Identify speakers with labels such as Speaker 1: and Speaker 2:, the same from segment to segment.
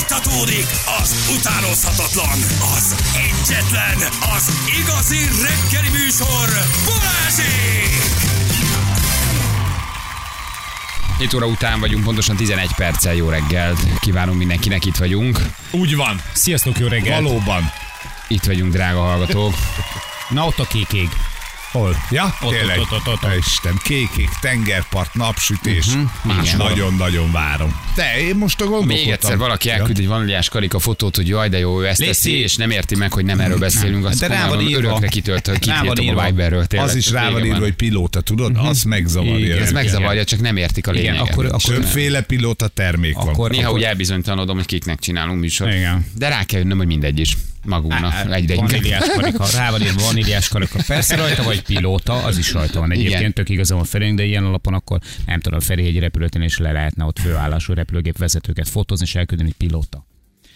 Speaker 1: Fújtatódik az utánozhatatlan, az egyetlen, az igazi reggeli műsor, Balázsék!
Speaker 2: 7 óra után vagyunk, pontosan 11 perccel jó reggelt. Kívánunk mindenkinek, itt vagyunk.
Speaker 3: Úgy van.
Speaker 4: Sziasztok, jó reggelt!
Speaker 3: Valóban.
Speaker 2: Itt vagyunk, drága hallgatók.
Speaker 4: Na ott a kék ég.
Speaker 3: Hol? Ja,
Speaker 4: Ott,
Speaker 3: tényleg.
Speaker 4: ott, ott, Mhm, ott, ott.
Speaker 3: Isten, kékék, tengerpart, napsütés. És
Speaker 2: Igen.
Speaker 3: nagyon-nagyon várom. De én most a gondolkodtam.
Speaker 2: Még egyszer valaki elküld egy vanliás karika fotót, hogy jaj, de jó, ő ezt
Speaker 4: Léci.
Speaker 2: teszi, és nem érti meg, hogy nem erről beszélünk, azt
Speaker 4: De rá
Speaker 2: komolyan
Speaker 4: van írva.
Speaker 2: örökre kitölt, hogy
Speaker 4: Rá van
Speaker 2: kitírtam a
Speaker 4: írva.
Speaker 2: Viberről. Tényleg,
Speaker 3: Az is
Speaker 2: csak
Speaker 3: rá van
Speaker 2: vége
Speaker 3: írva, hogy pilóta, tudod? Az megzavarja.
Speaker 4: Mhm. Igen,
Speaker 2: Ez
Speaker 4: Igen.
Speaker 2: megzavarja, csak nem értik a
Speaker 4: Igen,
Speaker 2: lényeget.
Speaker 4: akkor- akkor-
Speaker 3: Többféle pilóta termék van.
Speaker 4: Akkor-
Speaker 2: Néha
Speaker 4: akkor-
Speaker 2: úgy elbizonytalanodom, hogy kiknek csinálunk műsort.
Speaker 4: Igen.
Speaker 2: De rá kell jönnöm, hogy mindegy is. Magunknak egyre inkább.
Speaker 4: Vaníliás karika, rá van írva vaníliás karika. Persze rajta vagy pilóta, az is rajta van. Egyébként
Speaker 2: Igen.
Speaker 4: Igen. tök igazam a Ferénk, de ilyen alapon akkor nem tudom, Feri egy repülőtén is le lehetne ott főállású repülőgép vezetőket fotózni és elküldeni pilóta.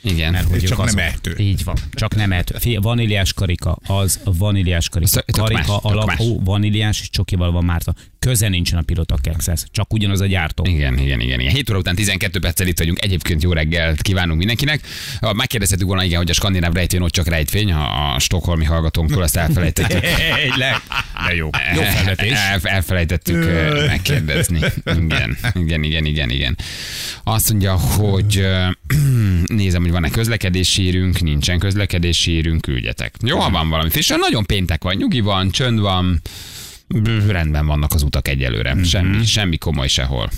Speaker 2: Igen.
Speaker 4: hogy
Speaker 3: csak
Speaker 4: ők azok.
Speaker 3: nem ehető.
Speaker 4: Így van, csak nem ehető. Fé, vaníliás karika, az a vaníliás karika.
Speaker 2: Ez tök más,
Speaker 4: Karika
Speaker 2: tök más.
Speaker 4: alapú vaníliás és csokival van márta. Köze nincsen a pilóta kekszhez, csak ugyanaz a gyártó.
Speaker 2: Igen, igen, igen, igen. 7 óra után 12 perccel itt vagyunk. Egyébként jó reggelt kívánunk mindenkinek. Ah, Megkérdezhetünk volna, igen, hogy a skandináv rejtvény ott csak rejtvény, ha a stokholmi hallgatónktól azt elfelejtettük.
Speaker 4: Egyleg. De jó. Jó felvetés.
Speaker 2: El, elfelejtettük ö, megkérdezni. Igen, igen, igen, igen, igen. Azt mondja, hogy ö, nézem, hogy van-e közlekedési hírünk, nincsen közlekedési hírünk, küldjetek. Jó, ha van valami. És nagyon péntek van, nyugi van, csönd van, b- rendben vannak az utak egyelőre.
Speaker 4: Mhm.
Speaker 2: Semmi, semmi komoly sehol.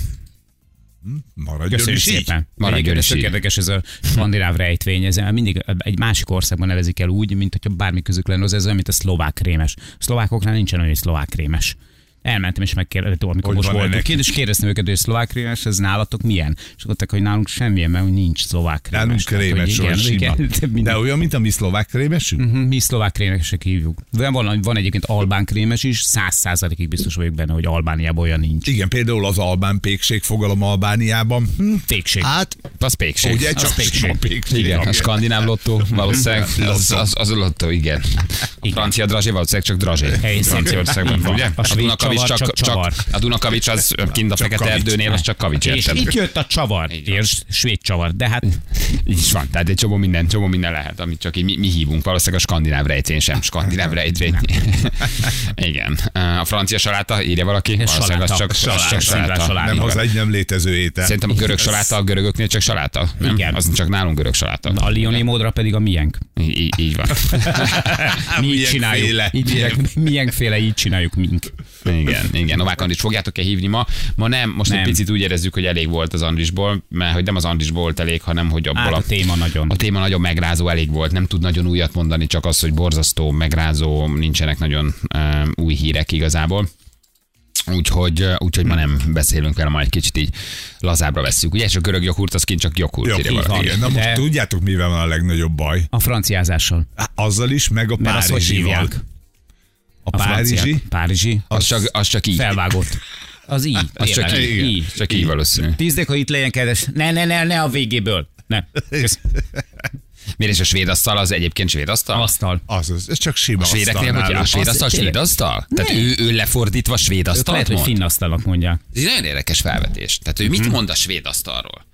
Speaker 3: Maradjon is
Speaker 4: Köszönjük
Speaker 3: így.
Speaker 4: szépen.
Speaker 2: Maradjon
Speaker 4: Maradjon
Speaker 2: is
Speaker 4: is tök
Speaker 2: így.
Speaker 4: érdekes ez a skandináv rejtvény. Ez mindig egy másik országban nevezik el úgy, mint hogyha bármi közük lenne hozzá. Ez olyan, mint a szlovák krémes. A szlovákoknál nincsen olyan, hogy szlovák krémes. Elmentem és megkérdeztem, amikor
Speaker 3: Hogy
Speaker 4: most
Speaker 3: van
Speaker 4: voltunk
Speaker 3: ennek?
Speaker 4: kint, és kérdeztem őket, hogy a szlovák krémes, ez nálatok milyen? És mondták, hogy nálunk semmilyen, mert nincs szlovák krémes.
Speaker 3: Nálunk krémes
Speaker 4: Tehát,
Speaker 3: van
Speaker 4: hogy
Speaker 3: sima.
Speaker 4: igen, Mhm. igen,
Speaker 3: De
Speaker 4: de
Speaker 3: olyan, mint a mi szlovák krémesünk?
Speaker 4: mi szlovák krémesek hívjuk. De van, van egyébként albán krémes is, száz százalékig biztos vagyok benne, hogy Albániában olyan nincs.
Speaker 3: Igen, például az albán pékség fogalom Albániában. Hm,
Speaker 4: Tégség.
Speaker 3: Hát,
Speaker 2: Az pékség.
Speaker 3: ugye csak
Speaker 4: pékség.
Speaker 3: sima pékség.
Speaker 2: Igen, a skandináv lottó valószínűleg az,
Speaker 3: Lottó.
Speaker 2: az, az a lottó, igen. A francia drazsé valószínűleg csak drazsé.
Speaker 4: Helyén szintén.
Speaker 2: Franciaországban,
Speaker 4: Így van.
Speaker 2: ugye?
Speaker 4: A
Speaker 2: A
Speaker 4: svéd
Speaker 2: Dunakavics
Speaker 4: csavar
Speaker 2: csak,
Speaker 4: csak
Speaker 2: csak,
Speaker 4: csavar.
Speaker 2: a Dunakavics az kint a Fekete
Speaker 3: kavics.
Speaker 2: Erdőnél, az csak kavics,
Speaker 4: És
Speaker 2: érted?
Speaker 4: itt jött a csavar, és svéd csavar, de hát
Speaker 2: Így is van, tehát egy csomó minden, csomó minden lehet, amit csak így mi, mi hívunk, valószínűleg a skandináv rejtvény sem, skandináv rejtvény. Igen. A francia saláta, írja valaki, valószínűleg az
Speaker 4: saláta.
Speaker 2: csak, az csak
Speaker 4: Saláta, szimplán
Speaker 2: saláta.
Speaker 4: saláta.
Speaker 3: Nem, az egy nem létező étel.
Speaker 2: Szerintem a görög saláta a görögöknél csak saláta. Nem?
Speaker 4: Igen.
Speaker 2: Az csak nálunk görög saláta.
Speaker 4: a Lioni módra pedig a miénk.
Speaker 2: Így, így- így van.
Speaker 4: Mi így
Speaker 3: Milyen
Speaker 4: csináljuk.
Speaker 3: féle?
Speaker 4: Így írják, miénkféle így csináljuk mink.
Speaker 2: Igen, igen. Novák Andris fogjátok-e hívni ma? Ma nem, most nem. egy
Speaker 4: Nem.
Speaker 2: picit úgy érezzük, hogy elég volt az Andrisból, mert hogy nem az Andrisból volt elég, hanem hogy abból
Speaker 4: Át Hát a téma nagyon.
Speaker 2: A téma nagyon megrázó elég volt, nem tud nagyon újat mondani, csak az, hogy borzasztó, megrázó, nincsenek nagyon um, új hírek igazából. Úgyhogy, úgyhogy ma nem beszélünk vele, majd egy kicsit így lazábra vesszük. Ugye, és a görög joghurt, az kint csak joghurt.
Speaker 3: Jó,
Speaker 2: írja
Speaker 3: így
Speaker 2: valaki.
Speaker 3: van. Igen, na most
Speaker 4: De-
Speaker 3: tudjátok, mivel van a legnagyobb baj?
Speaker 4: A franciázással.
Speaker 3: Á, Azzal is, meg a
Speaker 4: Mert azt hogy
Speaker 3: Párizsival.
Speaker 4: hívják?
Speaker 3: A
Speaker 4: A franciák.
Speaker 3: Párizsi,
Speaker 4: Párizsi.
Speaker 2: Az, csak, az csak így.
Speaker 4: Felvágott. Az így.
Speaker 2: Az csak így.
Speaker 4: tényleg,
Speaker 2: így. Csak így valószínű.
Speaker 4: Tízdek, ha itt legyen kedves. Ne, ne, ne, ne a végéből. Ne. Kösz.
Speaker 2: Miért is a svéd asztal az egyébként svéd asztal?
Speaker 4: Asztal.
Speaker 3: az, az, ez csak sima
Speaker 2: A svédeknél,
Speaker 3: asztal
Speaker 2: hogy a
Speaker 3: náluk.
Speaker 2: svéd asztal,
Speaker 4: Az-
Speaker 2: svéd asztal? Tehát ő, ő lefordítva svéd
Speaker 4: Ők
Speaker 2: asztal
Speaker 4: lehet, hogy Mhm.
Speaker 2: mond?
Speaker 4: finn asztalak mondják.
Speaker 2: Ez egy nagyon érdekes felvetés. Tehát ő mit mond a svéd asztalról?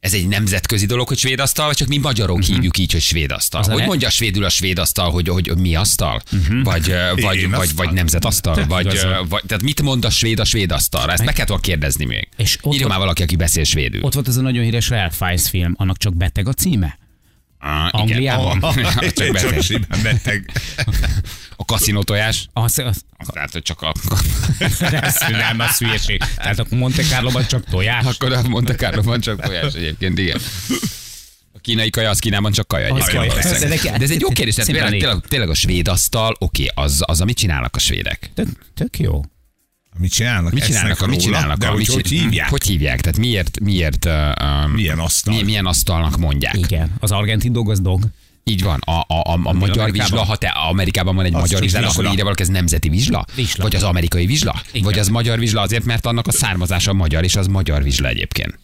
Speaker 2: Ez egy nemzetközi dolog, hogy svéd asztal, vagy csak mi magyarok hívjuk így, hogy svéd asztal.
Speaker 4: Mhm. Az
Speaker 2: Hogy
Speaker 4: a ne- Mhm.
Speaker 2: mondja a svédül a svéd asztal, hogy, hogy mi asztal? Vagy, ö, vagy,
Speaker 3: Én
Speaker 2: vagy,
Speaker 3: asztal.
Speaker 2: vagy nemzetasztal?
Speaker 4: Tök
Speaker 2: Vagy,
Speaker 4: igazad.
Speaker 2: ö, vagy, tehát mit mond a svéd a svéd asztalra? Ezt meg kell volna kérdezni még.
Speaker 4: És ott
Speaker 2: Írja
Speaker 4: van-
Speaker 2: már valaki, aki beszél svédül.
Speaker 4: Ott volt ez a nagyon híres Ralph Fiennes film, annak csak beteg a címe?
Speaker 2: Ah, igen.
Speaker 4: Angliában?
Speaker 2: Ah, csak
Speaker 3: Csak
Speaker 2: beszél.
Speaker 3: simán beteg.
Speaker 2: A kaszinó tojás.
Speaker 4: Az, az,
Speaker 2: Tehát, hogy csak a...
Speaker 4: ez nem, az hülyeség. Tehát akkor Monte Carlo-ban csak tojás.
Speaker 2: Akkor a Monte Carlo-ban csak tojás egyébként, igen. A kínai kaja, az Kínában csak kaja egyébként.
Speaker 4: kaja.
Speaker 2: valószínűleg.
Speaker 4: De neki-
Speaker 2: De ez egy jó kérdés, tehát
Speaker 4: Szimplán
Speaker 2: tényleg,
Speaker 4: így.
Speaker 2: tényleg, tényleg a svéd asztal, oké, az, az, amit csinálnak a svédek.
Speaker 4: Tök, tök jó.
Speaker 3: Mit csinálnak?
Speaker 2: Mit csinálnak,
Speaker 3: Esznek
Speaker 2: a, mit
Speaker 3: róla?
Speaker 2: csinálnak
Speaker 3: De
Speaker 2: a,
Speaker 3: hogy,
Speaker 2: mit
Speaker 3: hogy
Speaker 2: csin-
Speaker 3: hívják?
Speaker 2: Hogy hívják? Tehát miért, miért uh, um,
Speaker 3: Milyen asztal?
Speaker 2: mi- milyen asztalnak mondják?
Speaker 4: Igen. Az argentin dog az dog.
Speaker 2: Így van, a, a, a, a magyar
Speaker 4: Amerikában?
Speaker 2: vizsla, ha te Amerikában van egy
Speaker 3: Az
Speaker 2: magyar
Speaker 3: csak
Speaker 2: vizsla,
Speaker 3: vizsla.
Speaker 2: akkor írja valaki, ez nemzeti vizsla?
Speaker 4: Vizsla.
Speaker 2: Vagy az amerikai vizsla?
Speaker 4: Igen.
Speaker 2: Vagy az magyar vizsla azért, mert annak a származása magyar, és az magyar vizsla egyébként.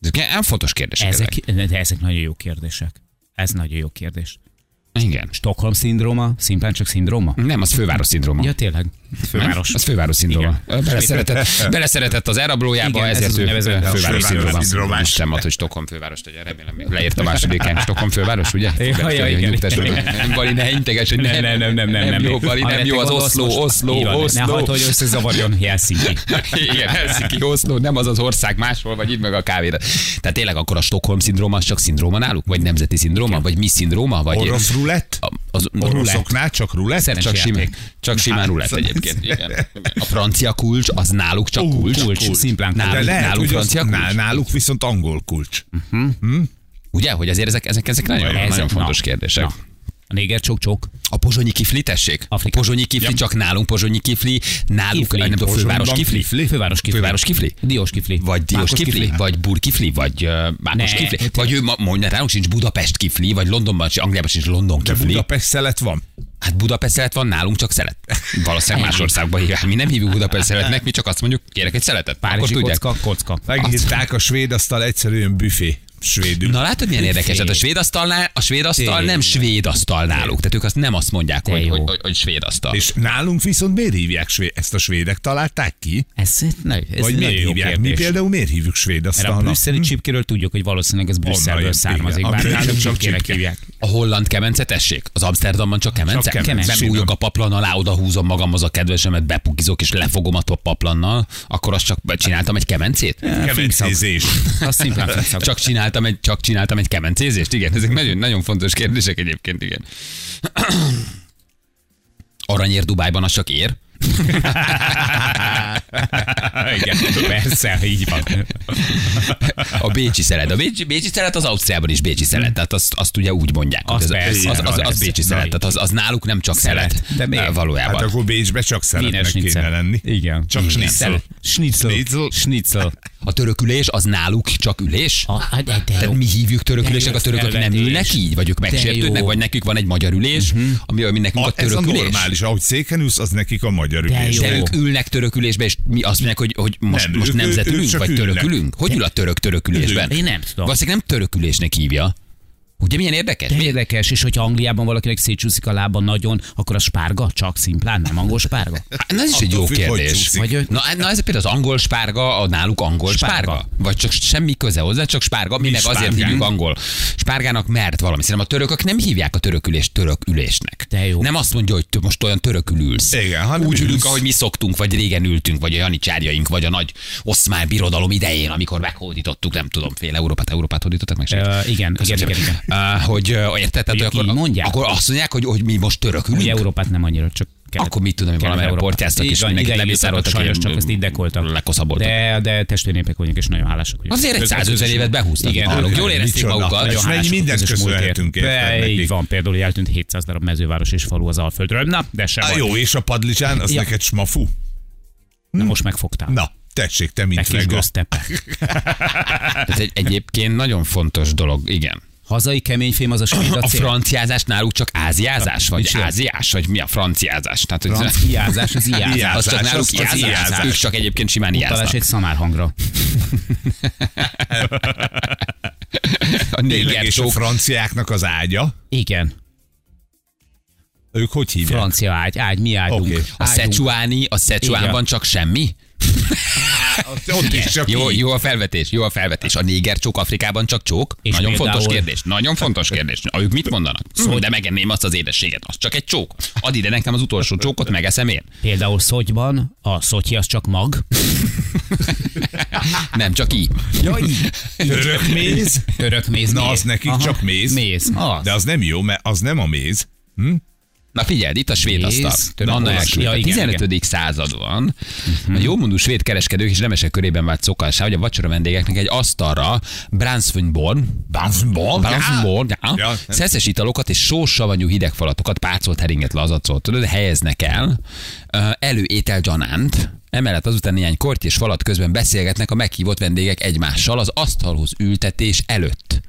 Speaker 2: Ez ilyen fontos kérdés.
Speaker 4: Ezek,
Speaker 2: tényleg.
Speaker 4: de ezek nagyon jó kérdések. Ez nagyon jó kérdés.
Speaker 2: Igen.
Speaker 4: Stockholm szindróma, szimplán csak szindróma?
Speaker 2: Nem, az főváros szindróma.
Speaker 4: Ja, tényleg. Főváros.
Speaker 2: Az Mm. főváros szindróma. Beleszeretett, beleszeretett az elrablójába,
Speaker 4: Igen, ez
Speaker 2: ezért
Speaker 4: az
Speaker 2: ő
Speaker 4: úgynevezett
Speaker 2: főváros
Speaker 3: főváros
Speaker 2: szindróma.
Speaker 3: szindrómás.
Speaker 2: Isten ad, hogy Stockholm fővárost, hogy remélem, még leért a másodikán Stockholm főváros, ugye?
Speaker 4: Ja, ja, igen, igen.
Speaker 2: Nem Gali, ne integes, hogy
Speaker 4: Nem, nem, nem, nem, nem,
Speaker 2: nem. jó, Gali, nem
Speaker 4: Amellett
Speaker 2: jó az
Speaker 4: gondolsz
Speaker 2: Oszló,
Speaker 4: most- Így
Speaker 2: Oszló,
Speaker 4: van, Ne hagyd,
Speaker 2: Oszló.
Speaker 4: hogy összezavarjon Helsinki.
Speaker 2: Igen, Helsinki, Oszló, nem az az ország máshol, vagy itt meg a kávéra. Tehát tényleg akkor a Stockholm szindróma az csak szindróma náluk? Vagy nemzeti szindróma? Vagy mi szindróma? Vagy
Speaker 3: Orosz rulett?
Speaker 2: A- az,
Speaker 3: Oroszoknál csak rulett?
Speaker 4: Szerencsé-
Speaker 2: Csak simán,
Speaker 4: játék.
Speaker 2: csak simán rulett egyébként. Igen. A francia kulcs, az náluk csak kulcs.
Speaker 4: kulcs, szimplán kulcs.
Speaker 2: Náluk,
Speaker 3: De lehet,
Speaker 2: náluk
Speaker 3: hogy az-
Speaker 2: francia kulcs.
Speaker 3: nál- náluk viszont angol kulcs.
Speaker 2: Ugye, hogy azért ezek, ezek, ezek nagyon,
Speaker 4: Ez-
Speaker 2: nagyon
Speaker 4: na,
Speaker 2: fontos kérdések.
Speaker 4: na. A néger csok-csok.
Speaker 2: A pozsonyi kifli, tessék?
Speaker 4: Afrika.
Speaker 2: A pozsonyi kifli, csak nálunk pozsonyi kifli, náluk,
Speaker 4: Kifli.
Speaker 2: kifli. nem tudom, főváros
Speaker 4: Pozsonyban
Speaker 2: kifli.
Speaker 4: kifli. Főváros kifli.
Speaker 2: Főváros kifli?
Speaker 4: Diós kifli.
Speaker 2: Vagy Diós
Speaker 4: Mákos
Speaker 2: kifli, vagy Bur kifli, vagy uh, Mákos
Speaker 4: Ne,
Speaker 2: kifli.
Speaker 4: tényleg.
Speaker 2: Vagy ő ma- mondja, nálunk sincs Budapest kifli, vagy Londonban, vagy Angliában sincs London
Speaker 3: De
Speaker 2: kifli.
Speaker 3: Budapest szelet van.
Speaker 2: Hát Budapest szelet van, nálunk csak szelet. Valószínűleg más országban hívják. Mi nem hívjuk Budapest szeletnek, mi csak azt mondjuk, kérek egy szeletet.
Speaker 4: Párizsi
Speaker 2: Akkor tudják.
Speaker 4: kocka, kocka.
Speaker 3: Megírták a svéd asztal egyszerűen büfé. Svédül.
Speaker 2: Na látod, milyen érdekes? Tehát a svéd asztalnál, a svéd asztal nem
Speaker 4: Tényleg.
Speaker 2: svéd asztal náluk. Tehát ők azt nem azt mondják,
Speaker 4: De
Speaker 2: hogy,
Speaker 4: jó.
Speaker 2: hogy, hogy, hogy svéd asztal.
Speaker 3: És nálunk viszont miért hívják svéd? Ezt a svédek találták ki?
Speaker 4: Ez, na, ez
Speaker 3: Vagy miért
Speaker 4: nagyon jó
Speaker 3: hívják? Mi
Speaker 4: kérdés.
Speaker 3: például miért hívjuk svéd
Speaker 4: Mert a
Speaker 3: asztalnak?
Speaker 4: brüsszeli csipkéről tudjuk, hogy valószínűleg ez Brüsszelből
Speaker 3: jön,
Speaker 4: származik,
Speaker 3: igen.
Speaker 4: bár
Speaker 3: Ami
Speaker 4: nálunk
Speaker 3: csak
Speaker 4: csipkének
Speaker 3: csipke.
Speaker 4: hívják.
Speaker 2: A holland kemence, tessék? Az Amsterdamban csak kemence?
Speaker 3: Csak kemence.
Speaker 2: Nem bújok a paplan alá, oda húzom magamhoz a kedvesemet, bepukizok és lefogom a paplannal, akkor azt csak csináltam egy kemencét?
Speaker 3: Kemencézés.
Speaker 4: Az szimplán fixak.
Speaker 2: Csak csináltam egy, csak csináltam egy kemencézést, igen. Ezek nagyon, nagyon fontos kérdések egyébként, igen. Aranyér Dubájban az csak ér?
Speaker 4: Igen, persze, így van.
Speaker 2: A bécsi szelet. A bécsi, bécsi szelet az Ausztriában is bécsi szelet, tehát azt, azt ugye úgy mondják. hogy az,
Speaker 4: Az
Speaker 2: az,
Speaker 4: persze,
Speaker 2: az, az, az
Speaker 4: persze.
Speaker 2: bécsi szelet, tehát az, az náluk nem csak
Speaker 4: Szelet.
Speaker 2: szelet.
Speaker 4: De miért?
Speaker 2: eh, Valójában.
Speaker 3: Hát akkor Bécsbe csak
Speaker 4: Wiener
Speaker 3: szeretnek
Speaker 4: schnitzel.
Speaker 3: kéne lenni.
Speaker 4: Igen.
Speaker 3: Csak
Speaker 4: Igen.
Speaker 3: schnitzel.
Speaker 4: Schnitzel.
Speaker 3: Schnitzel.
Speaker 4: Schnitzel.
Speaker 2: A törökülés az náluk csak ülés?
Speaker 4: A- hát de- de jó.
Speaker 2: Tehát mi hívjuk törökülésnek, a törökök nem
Speaker 4: Elvetés.
Speaker 2: ülnek így, vagy ők megsértődnek,
Speaker 4: jó.
Speaker 2: vagy nekük van egy magyar ülés, ami, ami nekünk a
Speaker 3: Mhm. A, ez a
Speaker 2: törökülés.
Speaker 3: normális, ahogy széken ülsz, az nekik a magyar ülés.
Speaker 4: jó.
Speaker 2: De ők ülnek törökülésbe, és mi azt mondják, hogy, hogy most,
Speaker 3: Nem,
Speaker 2: most
Speaker 3: ők- ők
Speaker 2: nemzetülünk,
Speaker 3: csak
Speaker 2: vagy
Speaker 3: ülnek.
Speaker 2: törökülünk? Hogy ül a török törökülésben?
Speaker 4: Én nem tudom.
Speaker 2: Valószínűleg nem törökülésnek hívja. Ugye milyen érdekes?
Speaker 4: De
Speaker 2: Mi-
Speaker 4: érdekes, és hogyha Angliában valakinek szétcsúszik a lába nagyon, akkor a spárga csak szimplán, nem angol spárga?
Speaker 2: Na ez is egy
Speaker 3: Attól
Speaker 2: jó
Speaker 3: függ, hogy
Speaker 2: kérdés.
Speaker 3: csúszik.
Speaker 2: Vagy, na, na ez például az angol spárga, a náluk angol spárga.
Speaker 4: Spárga.
Speaker 2: Vagy csak semmi köze hozzá, csak spárga, mi meg azért
Speaker 3: spárgánk.
Speaker 2: hívjuk angol spárgának, mert valami. Szerintem a törökök nem hívják a törökülést törökülésnek.
Speaker 4: De jó.
Speaker 2: Nem azt mondja, hogy te most olyan törökül ülsz.
Speaker 3: Igen, hanem
Speaker 2: Úgy ülünk,
Speaker 3: ülsz.
Speaker 2: ahogy mi szoktunk, vagy régen ültünk, vagy a janicsárjaink, vagy a nagy oszmán birodalom idején, amikor meghódítottuk, nem tudom, fél Európát, Európát hódítottak meg. se?
Speaker 4: Ö, igen,
Speaker 2: Köszönöm
Speaker 4: igen,
Speaker 2: szépen. Ö, hogy ö, érted, tehát,
Speaker 4: Hogy
Speaker 2: hogy
Speaker 4: így
Speaker 2: akkor,
Speaker 4: mondják?
Speaker 2: akkor azt mondják, hogy, hogy mi most törökülünk.
Speaker 4: Ugye Európát nem annyira, csak kelet.
Speaker 2: Akkor mit tudom, hogy
Speaker 4: Kelet-
Speaker 2: valamelyik
Speaker 4: Európa.
Speaker 2: portyáztak,
Speaker 4: Így
Speaker 2: és
Speaker 4: van,
Speaker 2: mindenkit
Speaker 4: ide
Speaker 2: lemészároltak,
Speaker 4: jutottak
Speaker 2: ilyen-
Speaker 4: Sajnos csak ezt így dekoltak.
Speaker 2: lekoszaboltak.
Speaker 4: De, de testvérnépek vagyunk, és nagyon hálásak vagyunk.
Speaker 2: Azért egy
Speaker 4: Közös-
Speaker 2: 150 évet behúztak.
Speaker 4: Igen,
Speaker 2: Náluk
Speaker 4: ők-
Speaker 2: jól érezték
Speaker 4: micsoda.
Speaker 2: magukat.
Speaker 4: Nagyon
Speaker 2: És
Speaker 4: hálásak
Speaker 3: mennyi
Speaker 4: a
Speaker 3: mindent
Speaker 4: közös
Speaker 3: köszönhetünk
Speaker 4: múltért.
Speaker 3: érted
Speaker 4: De, Így
Speaker 3: nekik.
Speaker 4: van, például hogy eltűnt 700 darab mezőváros és falu az Alföldről. Na, de sem
Speaker 3: Á, jó, és a padlizsán, az
Speaker 4: Ja.
Speaker 3: neked smafu?
Speaker 4: Na, most megfogtál.
Speaker 3: Na, tessék, te
Speaker 4: Te
Speaker 3: mint
Speaker 4: kis
Speaker 3: vega.
Speaker 4: gaztepe.
Speaker 2: Ez egy, egyébként nagyon fontos dolog, igen.
Speaker 4: Hazai keményfém az a svéd
Speaker 2: A
Speaker 4: acél.
Speaker 2: franciázás náluk csak áziázás, vagy
Speaker 4: Micsoda?
Speaker 2: áziás, vagy mi a franciázás? Tehát, hogy
Speaker 4: Franciázás, az iázás.
Speaker 2: az csak
Speaker 3: Iázás,
Speaker 2: náluk
Speaker 3: az- az
Speaker 2: iázás.
Speaker 3: iázás.
Speaker 2: Ők csak egyébként simán
Speaker 4: Talás
Speaker 2: iáznak.
Speaker 4: egy szamár hangra.
Speaker 2: A
Speaker 3: Tényleg,
Speaker 2: néger
Speaker 3: és a
Speaker 2: csók.
Speaker 3: franciáknak az ágya,
Speaker 4: Igen.
Speaker 3: ők hogy hívják?
Speaker 4: Francia ágy, ágy, mi ágyunk.
Speaker 3: Oké.
Speaker 2: A szecsuáni, a szecsuánban
Speaker 4: Igen.
Speaker 2: csak semmi?
Speaker 3: Ott is csak
Speaker 2: Jó,
Speaker 3: így.
Speaker 2: jó a felvetés, jó a felvetés. A néger csók Afrikában csak csók?
Speaker 4: És
Speaker 2: nagyon
Speaker 4: például-
Speaker 2: fontos kérdés. Nagyon fontos kérdés. Ah, Ők mit mondanak? Szóval, de megenném azt az édességet. Az csak egy csók. Add ide nekem az utolsó csókot, megeszem én.
Speaker 4: Például Szotyban a Szotyi az csak mag.
Speaker 2: Nem, csak így.
Speaker 4: Ja, így.
Speaker 3: Török méz?
Speaker 4: Török méz.
Speaker 3: Na,
Speaker 4: méz.
Speaker 3: az nekik csak méz.
Speaker 4: Méz. Az.
Speaker 3: De az nem jó, mert az nem a méz.
Speaker 2: Na figyeld, itt a svéd
Speaker 4: Nézd,
Speaker 2: asztal.
Speaker 4: több
Speaker 2: Anna
Speaker 4: olvasó.
Speaker 2: Elsőt.
Speaker 4: Ja,
Speaker 2: a
Speaker 4: igen, Mhm.
Speaker 2: 15. században a jómondú svéd kereskedők és nemesek körében vált szokásá, hogy a vacsora vendégeknek egy asztalra Bransfönborn,
Speaker 3: Bransfönborn?
Speaker 2: Bransfönborn,
Speaker 3: Ja.
Speaker 2: szeszes italokat és sós savanyú hidegfalatokat, pácolt heringet, lazacolt, tudod, helyeznek el, ö, előétel gyanánt, Emellett azután néhány korty és falat közben beszélgetnek a meghívott vendégek egymással az asztalhoz ültetés előtt.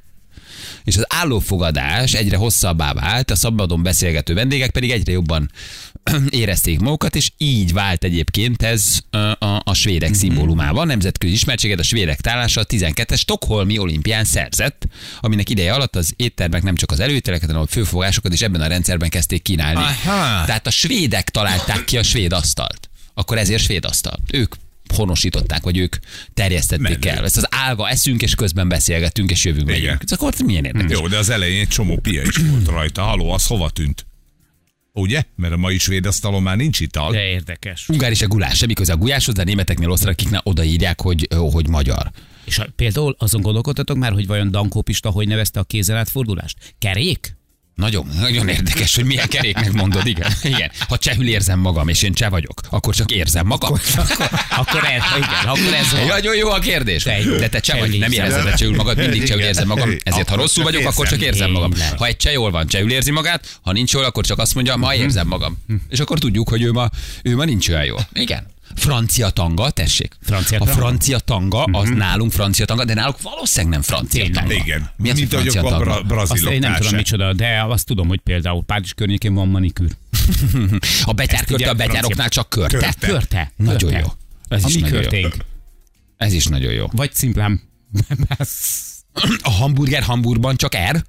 Speaker 2: és az állófogadás egyre hosszabbá vált, a szabadon beszélgető vendégek pedig egyre jobban érezték magukat, és így vált egyébként ez a, a, a
Speaker 3: Mhm.
Speaker 2: svédek szimbólumával. Nemzetközi ismertséget a svédek tálása a 12-es Stockholmi olimpián szerzett, aminek ideje alatt az éttermek nem csak az előételeket, hanem a főfogásokat is ebben a rendszerben kezdték kínálni.
Speaker 3: Aha.
Speaker 2: Tehát a svédek találták ki a svéd asztalt. Akkor ezért svéd asztal. Ők honosították, vagy ők terjesztették
Speaker 3: Menő.
Speaker 2: el. Ezt az álva eszünk, és közben beszélgetünk, és jövünk
Speaker 3: Igen.
Speaker 2: megyünk. Ez akkor milyen érdekes.
Speaker 3: Jó, de az elején egy csomó pia is volt rajta. Haló, az hova tűnt? Ugye? Mert a mai svéd asztalon már nincs ital.
Speaker 4: De érdekes.
Speaker 2: Ungár és a gulás, semmi köze a gulyáshoz, de a németeknél, osztrakiknál odaírják, hogy, hogy magyar.
Speaker 4: És a, például azon gondolkodtatok már, hogy vajon Dankó Pista hogy nevezte a kézzel átfordulást? Kerék?
Speaker 2: Nagyon, nagyon érdekes, hogy milyen keréknek mondod, igen. igen. Ha csehül érzem magam, és én cseh vagyok, akkor csak érzem magam.
Speaker 4: Akkor ez, igen, akkor ez van.
Speaker 2: Nagyon jó a kérdés.
Speaker 4: Te-
Speaker 2: De te cseh vagy,
Speaker 4: Csehül
Speaker 2: nem
Speaker 4: érzem.
Speaker 2: érzed a csehül magad, mindig csehül érzem magam. Ezért, ha
Speaker 3: Akkor
Speaker 2: rosszul
Speaker 3: csak
Speaker 2: vagyok, akkor
Speaker 3: érzem.
Speaker 2: csak érzem magam.
Speaker 4: Tényleg.
Speaker 2: Ha egy cseh jól van, csehül érzi magát, ha nincs jól, akkor csak azt mondja, ma
Speaker 4: Mhm.
Speaker 2: érzem magam. És akkor tudjuk, hogy ő ma, ő ma nincs olyan jól. Igen. Francia tanga, tessék.
Speaker 4: Francia
Speaker 2: a
Speaker 4: tanga? Mhm.
Speaker 2: francia tanga, az nálunk francia tanga, de náluk valószínűleg nem francia
Speaker 4: Tényleg.
Speaker 2: tanga.
Speaker 3: Igen.
Speaker 2: Mi az, hogy
Speaker 3: Mint ahogy
Speaker 2: francia
Speaker 3: a
Speaker 2: tanga?
Speaker 3: bra-
Speaker 4: Azt
Speaker 3: brazilok
Speaker 4: én nem tudom
Speaker 3: társa.
Speaker 4: micsoda, de azt tudom, hogy például Párizs környékén van manikűr.
Speaker 2: A betyárkörte
Speaker 4: ugye
Speaker 2: a betyároknál csak körte.
Speaker 4: Körte. Körte.
Speaker 2: Nagyon
Speaker 4: Körte.
Speaker 2: jó. Ez
Speaker 4: a
Speaker 2: is
Speaker 4: mi
Speaker 2: nagyon jó.
Speaker 4: körténk.
Speaker 2: Ez is nagyon jó.
Speaker 4: Vagy szimplán.
Speaker 2: A hamburger hamburban csak R.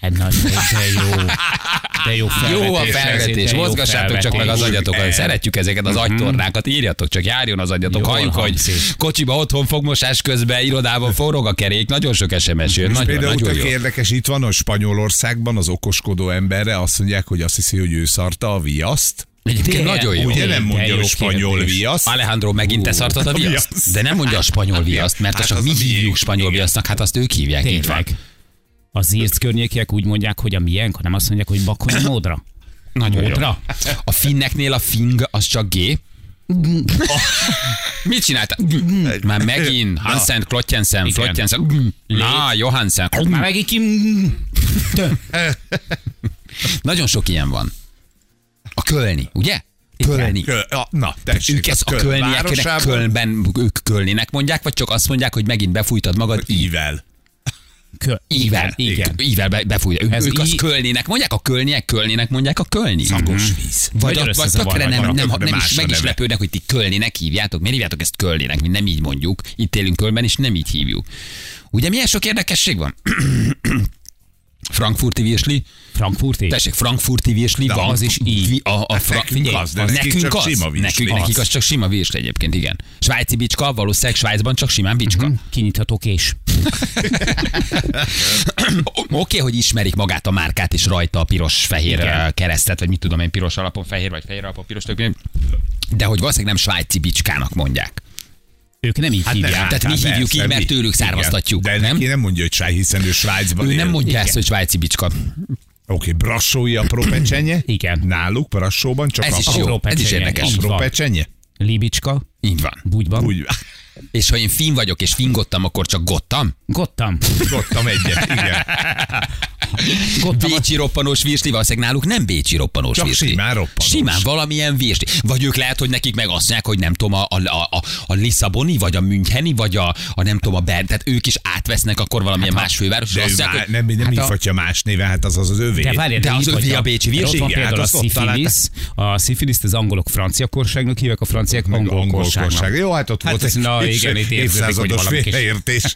Speaker 4: Hát nagy, de jó. De
Speaker 2: Jó
Speaker 4: jó felvetés.
Speaker 2: a
Speaker 4: ezért,
Speaker 2: felvetés,
Speaker 4: de jó
Speaker 2: mozgassátok csak meg az
Speaker 4: felvetés.
Speaker 2: agyatokat, szeretjük ezeket az agytornákat, írjatok csak, járjon az agyatok,
Speaker 4: Jól
Speaker 2: halljuk, hogy
Speaker 4: hangzik.
Speaker 2: kocsiba, otthon, fogmosás közben, irodában forog a kerék, nagyon sok SMS jön,
Speaker 3: És
Speaker 2: nagyon,
Speaker 3: például
Speaker 2: nagyon
Speaker 3: tök
Speaker 2: jó.
Speaker 3: érdekes, itt van a Spanyolországban az okoskodó emberre, azt mondják, hogy azt hiszi, hogy ő szarta a viaszt.
Speaker 2: Egyébként
Speaker 4: Tényleg,
Speaker 2: nagyon jó.
Speaker 3: Ugye
Speaker 4: de
Speaker 3: nem mondja,
Speaker 4: jó
Speaker 3: hogy spanyol
Speaker 4: kérdés.
Speaker 3: viaszt.
Speaker 2: Alejandro megint te szartad a
Speaker 3: a
Speaker 2: viaszt?
Speaker 3: viaszt.
Speaker 2: De nem mondja a spanyol viaszt, mert
Speaker 3: Hát
Speaker 2: csak
Speaker 3: az
Speaker 2: mi
Speaker 3: a miénk.
Speaker 2: hívjuk spanyol viasznak, hát azt ők hívják. Így van.
Speaker 4: Tényleg. Az írt környékiek úgy mondják, hogy a miénk, hanem azt mondják, hogy bakony módra.
Speaker 2: Nagyon jó.
Speaker 4: Módra?
Speaker 2: A finneknél a fing az csak G. Mit csináltál? Már megint Hansen, Klotjensen, Flotjensen, Na, Johansen.
Speaker 4: Már megint ki...
Speaker 2: Nagyon sok ilyen van. A kölni, ugye? Kölni.
Speaker 3: Kö- a- Na, tessék,
Speaker 2: Ők ezt a
Speaker 3: Köln
Speaker 2: kölnieknek,
Speaker 3: városában
Speaker 2: kölnben, ők kölninek mondják, vagy csak azt mondják, hogy megint befújtad magad így.
Speaker 3: ível.
Speaker 4: Kö-
Speaker 2: Ível,
Speaker 4: Igen.
Speaker 2: ível be, befújja. Ők,
Speaker 4: Ez Mhm.
Speaker 2: ők
Speaker 4: í-
Speaker 2: azt kölnének, mondják a kölniek, kölnének mondják a kölni.
Speaker 3: Szagos víz.
Speaker 2: Vagy, a,
Speaker 4: Nagyon
Speaker 2: vagy
Speaker 4: összezavarnak
Speaker 2: tökre nem, nem, nem,
Speaker 4: vannak,
Speaker 3: de
Speaker 2: nem is,
Speaker 3: más a
Speaker 2: meg is
Speaker 3: neve.
Speaker 2: lepődnek, hogy ti kölnének hívjátok. Miért hívjátok ezt kölnének? Mi nem így mondjuk. Itt élünk kölben, és nem így hívjuk. Ugye milyen sok érdekesség van? Frankfurti virsli,
Speaker 4: Frankfurti?
Speaker 2: tessék, Frankfurti virsli,
Speaker 3: De
Speaker 2: van
Speaker 4: az is így.
Speaker 2: vi- A, a fra,
Speaker 3: nekünk
Speaker 2: figyelj,
Speaker 3: az, de nekik csak sima virsli.
Speaker 2: nekünk,
Speaker 3: Az.
Speaker 2: nekik az csak sima virsli egyébként, igen. Svájci bicska, valószínűleg Svájcban csak simán bicska.
Speaker 3: Mhm.
Speaker 4: Kinyitható kés.
Speaker 2: Oké, okay, hogy ismerik magát a márkát, és rajta a piros-fehér
Speaker 4: Igen.
Speaker 2: ö, keresztet, vagy mit tudom én, piros alapon fehér, vagy fehér alapon piros, tök mindegy. de hogy valószínűleg nem svájci bicskának mondják.
Speaker 4: Ők nem így
Speaker 3: Hát nem.
Speaker 4: hívják.
Speaker 2: Tehát mi
Speaker 3: persze,
Speaker 2: hívjuk így,
Speaker 3: mi?
Speaker 2: mert tőlük származtatjuk,
Speaker 3: De
Speaker 2: nem?
Speaker 3: neki nem mondja, hogy sáj, hiszen ő Svájcban
Speaker 2: Ő
Speaker 3: él.
Speaker 2: nem mondja ezt, hogy svájci bicska.
Speaker 3: Oké, brassói apró pecsenye?
Speaker 4: Igen.
Speaker 3: Náluk brassóban csak
Speaker 2: Ez is
Speaker 3: apró-
Speaker 2: jó, ez is
Speaker 4: pecsenyek.
Speaker 2: érdekes.
Speaker 4: Így
Speaker 3: apró
Speaker 4: van.
Speaker 3: pecsenye?
Speaker 4: Libicska,
Speaker 2: Így van.
Speaker 4: bugyban.
Speaker 3: Úgy,
Speaker 2: És ha én fin vagyok, és fingottam, akkor csak gottam?
Speaker 4: Gottam.
Speaker 3: gottam egyet, igen.
Speaker 4: Gottam. a-
Speaker 2: Bécsi roppanós virsli, valószínűleg náluk nem bécsi roppanós
Speaker 3: Csak
Speaker 2: virsli.
Speaker 3: simán roppanós.
Speaker 2: Simán valamilyen virsli. Vagy ők lehet, hogy nekik meg azt mondják, hogy nem tudom, a, a, a, a Lisszaboni, vagy a Müncheni, vagy a, a nem tudom, a Bern, tehát ők is átvesznek akkor valamilyen hát, más főváros, és
Speaker 3: De ő
Speaker 2: azt mondják,
Speaker 3: már
Speaker 2: hogy
Speaker 3: nem, nem
Speaker 2: hát a-
Speaker 3: hívhatja más néven, hát az az az övé.
Speaker 4: De várjál,
Speaker 2: De az
Speaker 4: így
Speaker 2: övé
Speaker 4: vagyok.
Speaker 2: a bécsi
Speaker 4: De Ott
Speaker 2: virség,
Speaker 4: van
Speaker 3: hát
Speaker 4: például a
Speaker 3: azt ott
Speaker 4: szifilis. A szifiliszt az angolok francia korságnak hívják, a franciák angol korságnak.
Speaker 3: Jó, hát ott
Speaker 4: Hát
Speaker 3: volt
Speaker 4: ez-
Speaker 3: egy
Speaker 4: na,
Speaker 3: kis
Speaker 4: igen, itt érződik, hogy
Speaker 3: évszázados
Speaker 4: valami kis-
Speaker 3: félreértés.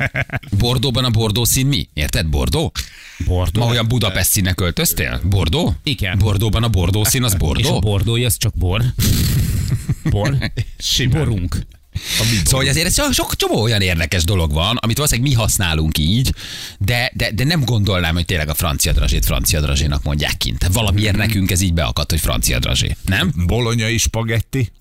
Speaker 2: Bordóban a bordó szín mi? Érted? Bordó? Ma
Speaker 4: Bordó.
Speaker 2: olyan Budapest színnek költöztél? Bordó?
Speaker 4: Igen.
Speaker 2: Bordóban a bordó szín az
Speaker 4: És a
Speaker 2: bordó?
Speaker 4: bordói az csak bor. Bor.
Speaker 3: Simán.
Speaker 4: Borunk.
Speaker 2: Szóval hogy azért ez sok, sok csomó olyan érdekes dolog van, amit valószínűleg mi használunk így, de, de, de nem gondolnám, hogy tényleg a francia drazsét francia drazsénak mondják kint. Tehát Valamiért nekünk ez így beakadt, hogy francia drazsé. Nem?
Speaker 3: Bolonyai spagetti.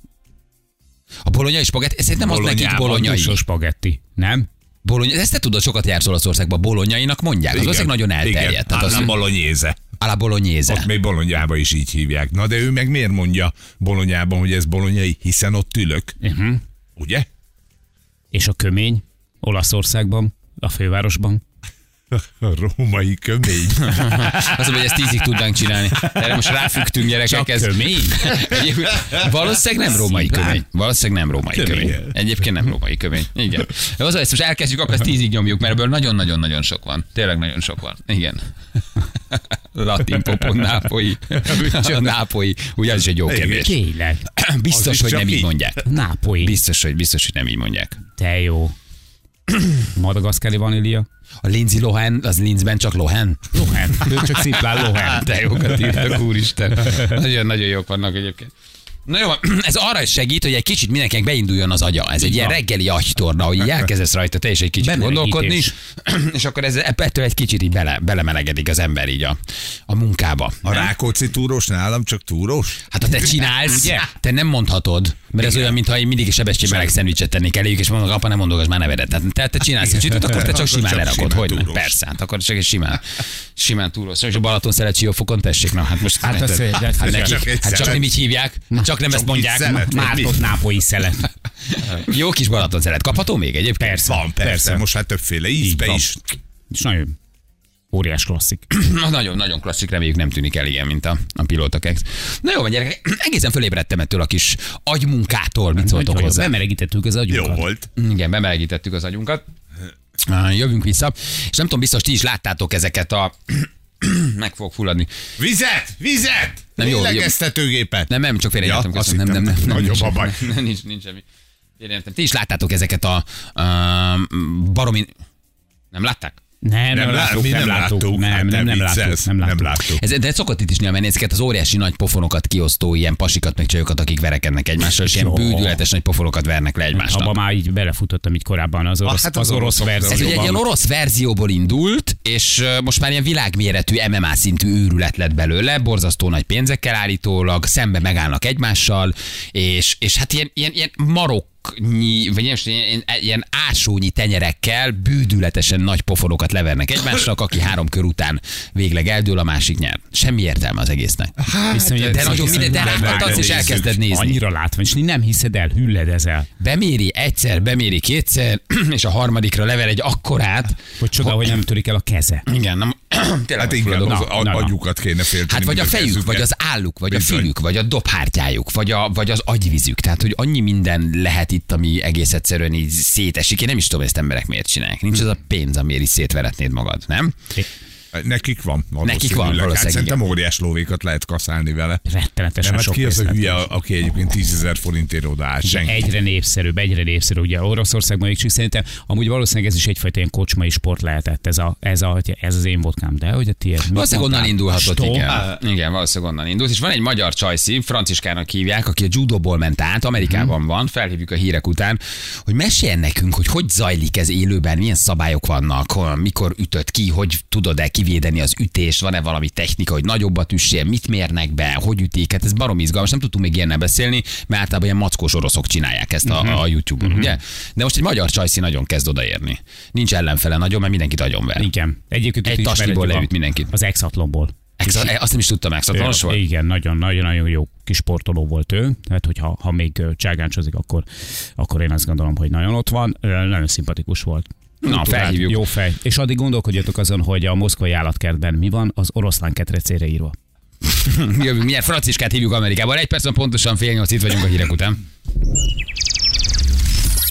Speaker 2: A bolonyai spagetti, szerintem az nekik
Speaker 4: Bolonyában
Speaker 2: bolonyai.
Speaker 4: dúsos spagetti, nem?
Speaker 2: Bolony, ezt te tudod, sokat jársz Olaszországban, bolonyainak mondják. Az valószínűleg nagyon
Speaker 3: Igen,
Speaker 2: elterjedt. Tehát az,
Speaker 3: hát nem bolonyéze.
Speaker 2: a
Speaker 3: Ott
Speaker 2: bolonyéze.
Speaker 3: még Bolonyába is így hívják. Na de ő meg miért mondja Bolonyában, hogy ez bolonyai, hiszen ott ülök.
Speaker 4: Mhm.
Speaker 3: Ugye?
Speaker 4: És a kömény Olaszországban, a fővárosban.
Speaker 3: A római kömény.
Speaker 2: Azt mondom, hogy ezt tízig tudnánk csinálni. Erre most ráfügtünk gyerekek. Ez
Speaker 4: Kömény?
Speaker 2: Egyébként Valószínűleg nem római kömény. Valószínűleg nem római
Speaker 3: Kömény.
Speaker 2: kömény. Egyébként nem római kömény. Igen. De Az, hogy ezt most elkezdjük, akkor ezt tízig nyomjuk, mert ebből nagyon-nagyon-nagyon sok van. Tényleg nagyon sok van. Igen. Latin popon, nápoi. nápoi. Ugye ez is egy jó kérdés.
Speaker 4: Tényleg.
Speaker 3: Az is
Speaker 2: Biztos, hogy
Speaker 3: csak
Speaker 2: nem így
Speaker 3: így.
Speaker 2: mondják.
Speaker 4: Nápoi.
Speaker 2: Biztos, hogy biztos, hogy nem így mondják.
Speaker 4: Te jó. Madagaszkári vanília?
Speaker 2: A Lindsay Lohan, az Linzben csak Lohan.
Speaker 4: Lohen. Ő csak szimplán Lohen.
Speaker 2: De jókat írtak, úristen. Nagyon-nagyon jók vannak egyébként. Na jó, ez arra is segít, hogy egy kicsit mindenkinek beinduljon az agya. Ez egy ilyen reggeli agytorna, hogy így elkezdesz rajta te is egy kicsit
Speaker 4: Bemelegítés.
Speaker 2: gondolkodni, és akkor ez ettől egy kicsit így bele, belemelegedik az ember így a, a munkába.
Speaker 3: A Rákóczi túrós nálam csak túrós?
Speaker 2: Hát ha te csinálsz, Ugye? te nem mondhatod, mert ez olyan, mintha én mindig sebessé meleg szendvicset tennék eléjük, és mondok, apa, nem mondogass már nevedet. Tehát te, te csinálsz egy kicsit, akkor te csak
Speaker 3: Akkor
Speaker 2: simán
Speaker 3: csak
Speaker 2: lerakod,
Speaker 3: simán
Speaker 2: hogy nem.
Speaker 3: túrós.
Speaker 2: Persze, hát akkor csak egy simán, simán túrós. És a Balaton szeret fokon tessék, na hát most hát,
Speaker 4: az-
Speaker 2: hát,
Speaker 4: az-
Speaker 2: neki,
Speaker 3: csak egy
Speaker 2: hát csak
Speaker 3: szelet.
Speaker 2: nem így hívják, csak nem ezt
Speaker 3: így
Speaker 2: mondják.
Speaker 3: szelet.
Speaker 4: Mártott nápoi szelet.
Speaker 2: Jó kis Balaton szeret, kapható még egyébként?
Speaker 4: Persze.
Speaker 3: Van, persze, persze. most már többféle ízbe
Speaker 4: van.
Speaker 3: is.
Speaker 4: És nagyon óriás klasszik.
Speaker 2: Na, nagyon, nagyon klasszik, reméljük nem tűnik el igen, mint a, a pilóta kex. Na jó, van gyerekek, egészen fölébredtem ettől a kis agymunkától, mit szóltok
Speaker 4: Nagyon jó.
Speaker 2: hozzá.
Speaker 4: Bemelegítettük az
Speaker 3: Jó
Speaker 4: agyunkat.
Speaker 3: volt.
Speaker 2: Igen, bemelegítettük az agyunkat. Á, Jövünk vissza, és nem tudom, biztos ti is láttátok ezeket a... Meg fogok fulladni.
Speaker 3: Vizet! Vizet!
Speaker 2: Nem, jó, jó.
Speaker 3: Lélegeztetőgépet.
Speaker 2: Nem, nem, csak félreértem.
Speaker 3: Ja, azt
Speaker 2: köszönöm. nem, nem,
Speaker 3: hittem,
Speaker 2: nem, nem,
Speaker 3: nagyobb
Speaker 2: nincs,
Speaker 3: a baj.
Speaker 2: Nem, nincs, nincs semmi. Félreértem. Ti is láttátok ezeket a uh, baromi... Nem látták?
Speaker 4: Nem, nem,
Speaker 3: Nem, lá-
Speaker 4: láttuk,
Speaker 3: mi
Speaker 4: nem, láttuk.
Speaker 3: Hát
Speaker 4: Nem, nem, nem
Speaker 3: viccelsz.
Speaker 4: láttuk. Nem
Speaker 3: Nem
Speaker 4: láttuk.
Speaker 3: láttuk.
Speaker 2: Ez, de szokott itt is nyilván menni ezeket az óriási nagy pofonokat kiosztó ilyen pasikat, meg csajokat, akik verekednek egymással, és ilyen
Speaker 4: Jó.
Speaker 2: bűdületes nagy pofonokat vernek le egymásnak.
Speaker 4: Abba már így belefutottam így korábban az
Speaker 2: Ah,
Speaker 4: orosz,
Speaker 3: hát
Speaker 4: hát
Speaker 3: az
Speaker 4: az, az orosz
Speaker 2: Ez
Speaker 3: oroszok,
Speaker 2: ugye egy ilyen
Speaker 4: verzióban.
Speaker 2: orosz verzióból indult, és ö, most már ilyen világméretű MMA szintű őrület lett belőle, borzasztó nagy pénzekkel állítólag, szembe megállnak egymással, és, és hát ilyen, ilyen, ilyen marok Nyi, vagy ilyen, ilyen, ilyen ásónyi tenyerekkel bűdületesen nagy pofonokat levernek egymásnak, aki három kör után végleg eldől, a másik nyer. Semmi értelme az egésznek. Hát,
Speaker 4: Viszonylag-
Speaker 2: de nagyon minden, de rákattansz és elkezded nézni.
Speaker 4: Annyira látva, és nem hiszed el, hülledezel.
Speaker 2: Beméri egyszer, beméri kétszer, és a harmadikra lever egy akkorát.
Speaker 4: Hát, Hogy csoda, hogy nem törik el a keze.
Speaker 2: Igen, nem, tényleg
Speaker 3: Hát inkább
Speaker 2: megfulladok.
Speaker 3: az
Speaker 4: Na, na,
Speaker 3: a-
Speaker 4: na.
Speaker 3: agyukat kéne félteni.
Speaker 2: Hát vagy
Speaker 3: mint
Speaker 2: a fejük,
Speaker 3: kezüket.
Speaker 2: vagy az álluk, vagy a
Speaker 3: Bizony.
Speaker 2: fülük, vagy a dobhártyájuk, vagy, a, vagy az agyvízük. Tehát, hogy annyi minden lehet itt, ami egész egyszerűen így szétesik. Én nem is tudom, hogy ezt emberek miért csinálják. Nincs az a pénz, amiért is szétveretnéd magad, nem?
Speaker 3: Nekik van valószínűleg.
Speaker 2: Nekik van,
Speaker 3: Hát
Speaker 2: valószínűleg,
Speaker 3: szerintem óriás lóvékat lehet kaszálni vele.
Speaker 4: Rettenetesen
Speaker 3: Nem, hát
Speaker 4: sok
Speaker 3: ki az a
Speaker 4: pénzt
Speaker 3: hülye, aki egyébként 10.000 forintért odaáll? Senki.
Speaker 4: egyre népszerűbb, egyre népszerűbb. Ugye Oroszországban még csak szerintem, amúgy valószínűleg ez is egyfajta ilyen kocsmai sport lehetett, ez, a, ez, a, hogy ez az én vodkám, de hogy a tiéd. mit
Speaker 2: Valószínűleg onnan
Speaker 4: mondtál?
Speaker 2: indulhatott,
Speaker 4: Stop.
Speaker 2: igen. Igen, valószínűleg onnan indult. És van egy magyar csajszín, Franciskának hívják, aki a judoból ment át, Amerikában
Speaker 4: Mhm.
Speaker 2: van, felhívjuk a hírek után, hogy meséljen nekünk, hogy hogy zajlik ez élőben, milyen szabályok vannak, hol- mikor ütött ki, hogy tudod-e kivédeni az ütést, van-e valami technika, hogy nagyobbat üssél, mit mérnek be, hogy ütik, hát ez barom izgalmas, nem tudtunk még ilyennel beszélni, mert általában ilyen mackós oroszok csinálják ezt
Speaker 4: Mhm.
Speaker 2: a, a YouTube-on, ugye? De most egy magyar csajszín nagyon kezd odaérni. Nincs ellenfele nagyon, mert mindenkit agyonver.
Speaker 4: Igen. Egyébként
Speaker 2: Egy
Speaker 4: őt ismeretjük
Speaker 2: tasniból
Speaker 4: a-
Speaker 2: leüt mindenkit.
Speaker 4: Az exatlonból.
Speaker 2: Exa, e, azt nem is tudtam, exatronos volt?
Speaker 4: Igen, nagyon-nagyon jó kis sportoló volt ő. Tehát, hogyha ha még ö, cságáncsozik, akkor, akkor én azt gondolom, hogy nagyon ott van. Ö, Nagyon szimpatikus volt.
Speaker 2: Na, felhívjuk.
Speaker 4: Jó fej. És addig gondolkodjatok azon, hogy a moszkvai állatkertben mi van, az oroszlán ketrecére írva.
Speaker 2: Jövünk, milyen franciskát hívjuk Amerikában. Egy percen pontosan fél nyolc, itt vagyunk a hírek után.